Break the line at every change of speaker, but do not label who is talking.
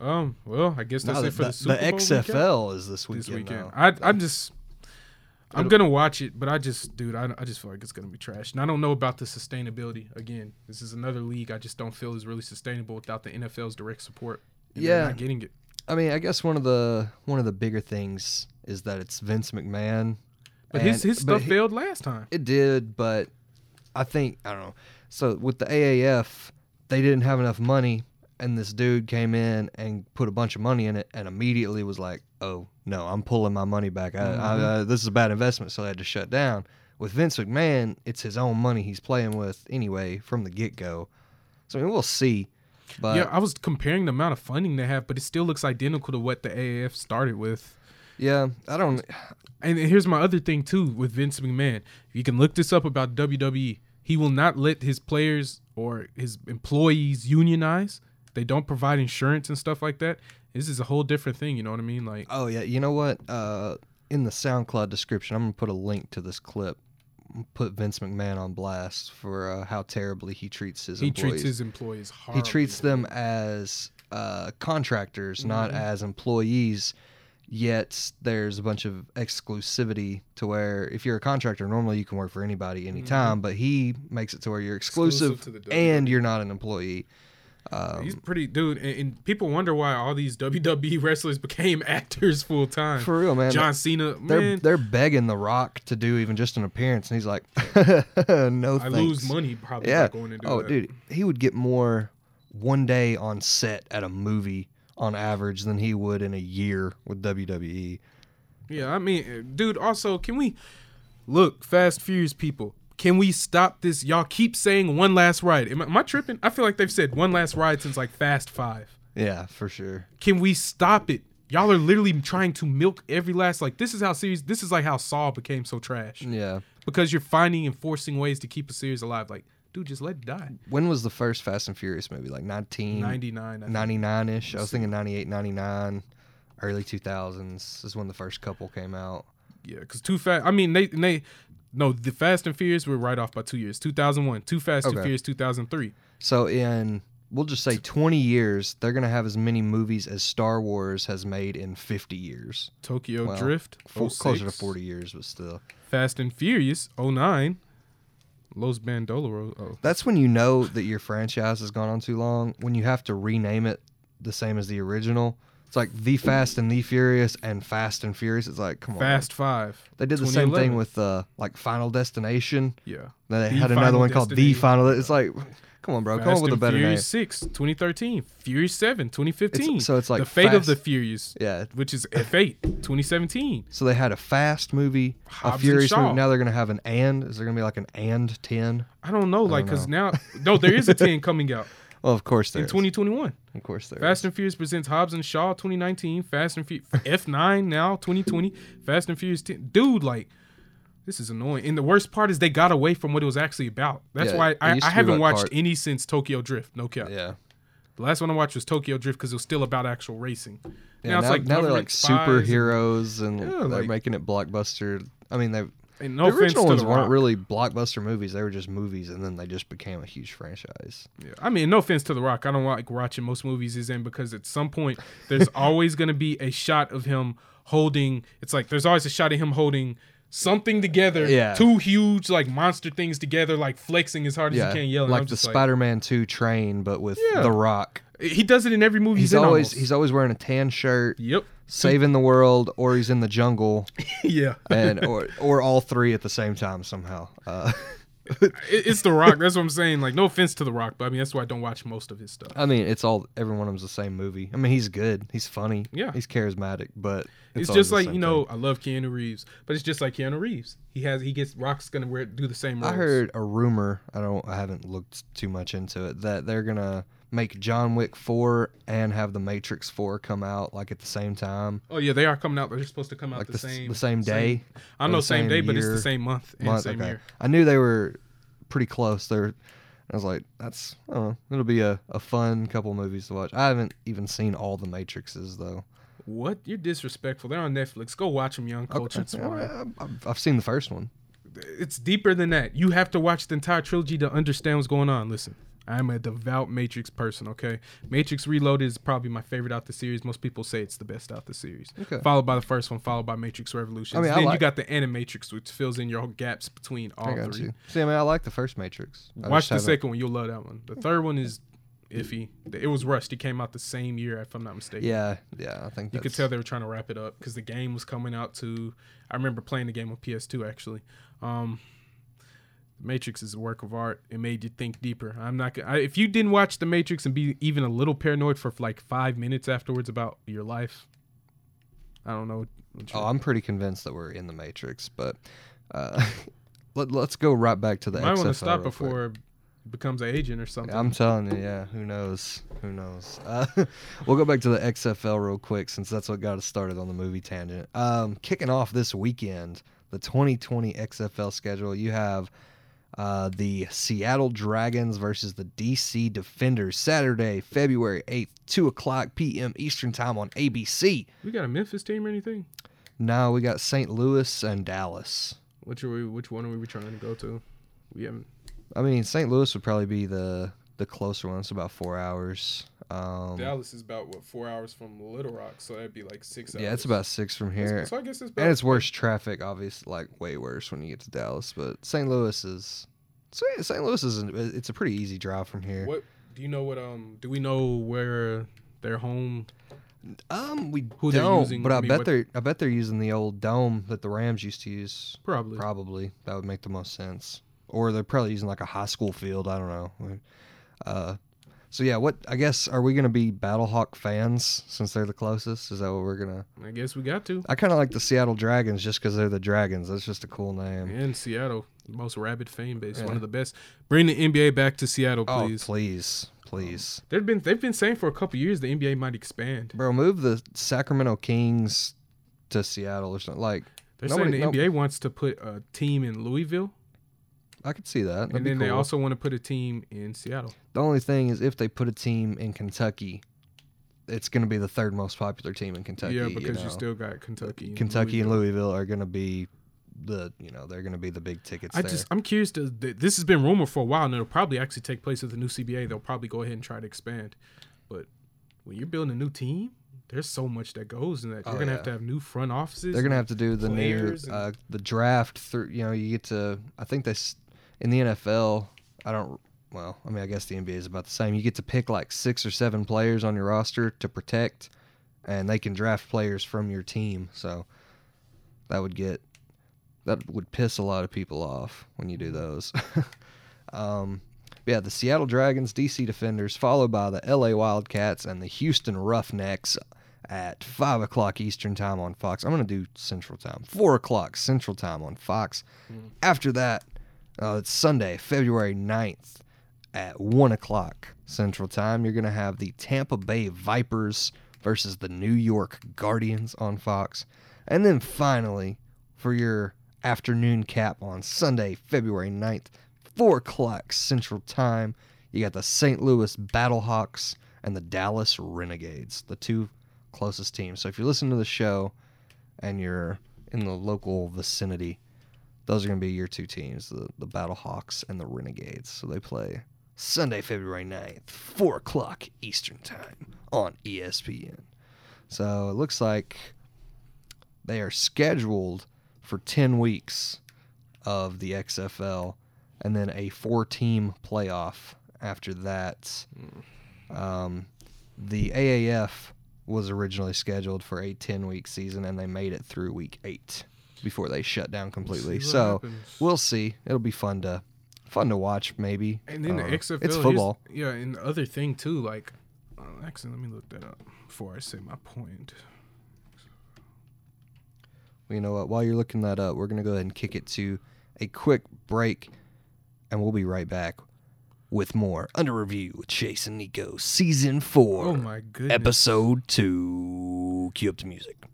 Um. Well, I guess that's
No, the,
it for the,
the-
Super
the
Bowl
XFL
weekend?
is this weekend.
this weekend.
now.
I I'm just. I'm
It'll-
gonna watch it, but I just, dude, I, I just feel like it's gonna be trash, and I don't know about the sustainability. Again, this is another league I just don't feel is really sustainable without the NFL's direct support. and they're
Yeah.
not getting it.
I mean, I guess one of the one of the bigger things is that it's Vince McMahon.
But his
and-
his
but
stuff
he-
failed last time.
It did, but I think I don't know. So with the AAF, they didn't have enough money, and this dude came in and put a bunch of money in it, and immediately was like, "Oh no, I'm pulling my money back. I, I,
Mm-hmm.
uh, this is a bad investment." So they had to shut down. With Vince McMahon, it's his own money he's playing with anyway from the get go. So I mean, we'll see. But
yeah, I was comparing the amount of funding they have, but it still looks identical to what the AAF started with.
yeah, I don't.
And here's my other thing too with Vince McMahon. You can look this up about WWE. He will not let his players or his employees unionize. They don't provide insurance and stuff like that. This is a whole different thing, you know what I mean? Like
Oh yeah, you know what? Uh, in the SoundCloud description, I'm gonna put a link to this clip. Put Vince McMahon on blast for uh, how terribly he treats his
he
employees.
treats his employees hard.
he treats them as uh, contractors, not
Mm-hmm.
as employees. Yet there's a bunch of exclusivity to where if you're a contractor, normally you can work for anybody anytime, but he makes it to where you're exclusive,
Mm-hmm. Exclusive to the E.
and you're not an employee.
He's pretty dude, and, and people wonder why all these WWE wrestlers became actors full time.
For real, man.
John Cena,
They're
man,
they're begging The Rock to do even just an appearance, and he's like, "No,
I
thanks."
lose money probably
Yeah.
by going to do
Oh,
that.
dude, he would get more one day on set at a movie on average than he would in a year with E. WWE.
Yeah, I mean, eh, dude, also, can we look Fast Furious people? Can we stop this? Y'all keep saying one last ride. Am I, am I tripping? I feel like they've said one last ride since like Fast Five.
Yeah, for sure.
Can we stop it? Y'all are literally trying to milk every last like this is how series this is like how Saw became so trash
Yeah.
because you're finding and forcing ways to keep a series alive. Like, dude, just let it die.
When was the first Fast and Furious movie? Like 1999
Ninety nine.
99 ish. I was thinking 98, 99, early 2000s is when the first couple came out.
Yeah, because Too Fast. I mean, they and they no the Fast and Furious were right off by two years. Two thousand one. Too Fast, Too
Okay.
Furious, two thousand three.
So in we'll just say 20 years, they're going to have as many movies as Star Wars has made in 50 years.
Tokyo
Well,
Drift.
Fo- closer to
06.
40 years, but still.
Fast and Furious 09. Los Bandoleros. Oh.
That's when you know that your franchise has gone on too long when you have to rename it the same as the original. It's like the Fast and the Furious and Fast and Furious. It's like come on. man.
Fast 5.
They did the same
2011.
thing with uh, like Final Destination.
Yeah.
Then they
The
had another
Final
one called The
Destiny.
Final. It's like, come on, bro, come
Fast
up with a
and
better
Furious
name.
6, 2013. Furious 7, 2015.
It's- so it's like
The Fate of
Fast-
the Furious,
Yeah.
which is F8, 2017.
So they had a Fast movie,
Hobbs
a
and
Furious
Shaw.
movie. Now they're gonna have an and. Is there gonna be like an and ten?
I don't know, like,
don't
because now, no, there is a 10 coming out
Well, of course there.
in
is.
2021.
Of course there.
Fast
is.
and Furious presents Hobbs and Shaw 2019. Fast and Furious F9 now 2020. Fast and Furious 10. Dude, like this is annoying. And the worst part is they got away from what it was actually about. That's
Yeah,
why
it
I,
used
I
to be
haven't
about
watched
car-
any since Tokyo Drift. No cap.
Yeah.
The last one I watched was Tokyo Drift because it was still about actual racing.
Yeah, now, now they're like
government spies
superheroes and,
Yeah,
they're
like-
making it blockbuster. I mean, they
And, and no
the
offense
original
to
ones
The
weren't
Rock.
really blockbuster movies; they were just movies, and then they just became a huge franchise.
Yeah. I mean, no offense to The Rock. I don't like watching most movies he's in because at some point there's always going to be a shot of him holding. It's like there's always a shot of him holding something together.
Yeah.
Two huge like monster things together, like flexing as hard
Yeah,
as he can, yelling.
like the Spider-Man Two train, but with
Yeah.
The Rock.
he does it in every movie
He's,
he's, in.
always
almost.
he's always wearing a tan shirt,
Yep.
saving the world, or he's in the jungle,
yeah.
and or or all three at the same time somehow. Uh,
It- it's The Rock. That's what I'm saying. Like no offense to The Rock, but I mean that's why I don't watch most of his stuff.
I mean, it's all every one of them's the same movie. I mean, he's good, he's funny,
Yeah.
he's charismatic, but
It's,
always
just
the
like
same
you
thing.
know, I love Keanu Reeves, but it's just like Keanu Reeves. He has he gets Rock's gonna wear do the same. Roles.
I heard a rumor. I don't. I haven't looked too much into it. That they're gonna make John Wick four and have the Matrix four come out like at the same time,
Oh yeah, they are coming out. They're supposed to come out
like
the,
the, s-
same
the same day.
I
or
don't know
the
same,
same
day, but it's the
year,
same month and
month.
same
okay.
year.
I knew they were pretty close. They're. I was like, that's. I don't know. It'll be a, a fun couple movies to watch. I haven't even seen all the Matrixes though.
What? You're disrespectful. They're on Netflix. Go watch them, young cultured
I-
swine.
I- I've, I've seen the first one.
It's deeper than that. You have to watch the entire trilogy to understand what's going on. Listen, I'm a devout Matrix person, okay? Matrix Reloaded is probably my favorite out the series. Most people say it's the best out the series.
Okay.
Followed by the first one, followed by Matrix Revolutions.
I mean, I
then you
like-
got the Animatrix, which fills in your gaps between all
I got
three.
you. See, I mean, I like the first Matrix. I
Watch
just
the
haven't-
second one, you'll love that one. The third one is iffy. It was rushed. It came out the same year, if I'm not mistaken.
Yeah, yeah, I think
You
that's,
could tell they were trying to wrap it up because the game was coming out too. I remember playing the game on PS2 actually. Um, Matrix is a work of art. It made you think deeper. I'm not. gonna- I, if you didn't watch The Matrix and be even a little paranoid for like five minutes afterwards about your life, I don't know. what you-
Oh, I'm pretty convinced that we're in the Matrix, but uh, let, let's go right back to the.
you might want
XFL
to stop
real quick.
before it becomes an agent or something.
I'm telling you, yeah. Who knows? Who knows? Uh, we'll go back to the XFL real quick since that's what got us started on the movie tangent. Um, kicking off this weekend, the 2020 XFL schedule, you have uh, the Seattle Dragons versus the DC Defenders Saturday, February 8th, 2 o'clock p.m. Eastern Time on ABC.
we got a Memphis team or anything?
Now we got St. Louis and Dallas.
Which are we? Which one are we trying to go to? We haven't.
I mean, St. Louis would probably be the the closer one. It's about four hours. Um,
Dallas is about what four hours from Little Rock, so that'd be like six.
yeah, it's about six from here.
So I guess it's
And it's worse traffic, obviously, like way worse when you get to Dallas. But St. Louis is St. St. Louis is an, it's a pretty easy drive from here.
What do you know? What um? Do we know where their home?
Um, we
Who they're
don't,
using-
but
I
I,
mean,
bet
what-
they're I bet they're using the old dome that the Rams used to use.
Probably.
Probably that would make the most sense. Or they're probably using like a high school field. I don't know. Uh, so yeah, what I guess are we gonna be Battlehawk fans since they're the closest? Is that what we're gonna?
I guess we got to.
I kind of like the Seattle Dragons just because they're the Dragons. That's just a cool name.
And Seattle, most rabid fan base, one
Um, Yeah.
of the best. Bring the NBA back to Seattle,
Oh,
please. Um,
please, please.
They've been they've been saying for a couple years the NBA might expand.
Bro, move the Sacramento Kings to Seattle or something. Like,
They're
Nobody-
saying the
no-
NBA wants to put a team in Louisville,
I could see that. That'd
and
be
then they
cool.
also want to put a team in Seattle.
the only thing is, if they put a team in Kentucky, it's going to be the third most popular team in Kentucky.
yeah, because you,
know.
still got Kentucky. and
Kentucky and Louisville are going to be the you know they're going to be the big tickets.
I
there.
just I'm curious to th- this has been rumored for a while and it'll probably actually take place with the new CBA. They'll probably go ahead and try to expand. But when you're building a new team, there's so much that goes in that. You're
Oh,
gonna
yeah.
have to have new front offices.
they're going to have to do the new
players and-
uh, the draft through. You know, you get to I think they s- in the NFL. I don't. Well, I mean, I guess the NBA is about the same. You get to pick like six or seven players on your roster to protect, and they can draft players from your team. So that would get that would piss a lot of people off when you do
Mm-hmm.
those. um, yeah, the Seattle Dragons, DC Defenders, followed by the LA Wildcats and the Houston Roughnecks at five o'clock Eastern time on Fox. I'm gonna do Central Time, four o'clock Central Time on Fox. After that, uh, it's Sunday, February 9th at one o'clock Central Time. You're gonna have the Tampa Bay Vipers versus the New York Guardians on Fox, and then finally for your afternoon cap on Sunday, February 9th, 4 o'clock Central Time. You got the St. Louis Battlehawks and the Dallas Renegades, the two closest teams. So if you're listening to the show and you're in the local vicinity, those are going to be your two teams, the, the Battlehawks and the Renegades. So they play Sunday, February 9th, 4 o'clock Eastern Time on E ESPN. So it looks like they are scheduled for 10 weeks of the XFL and then a four team playoff after that. Um, the AAF was originally scheduled for a 10 week season and they made it through week eight before they shut down completely.
what
so
happens.
we'll see. It'll be fun to fun to watch maybe.
and then
Uh,
the XFL
It's
here's-
football.
Yeah, and the other thing too, like uh, actually let me look that up before I say my point.
You know what? While you're looking that up, we're going to go ahead and kick it to a quick break, and we'll be right back with more Under Review with Chase and Nico, Season 4,
Oh my Oh goodness.
Episode 2. Cue up the music.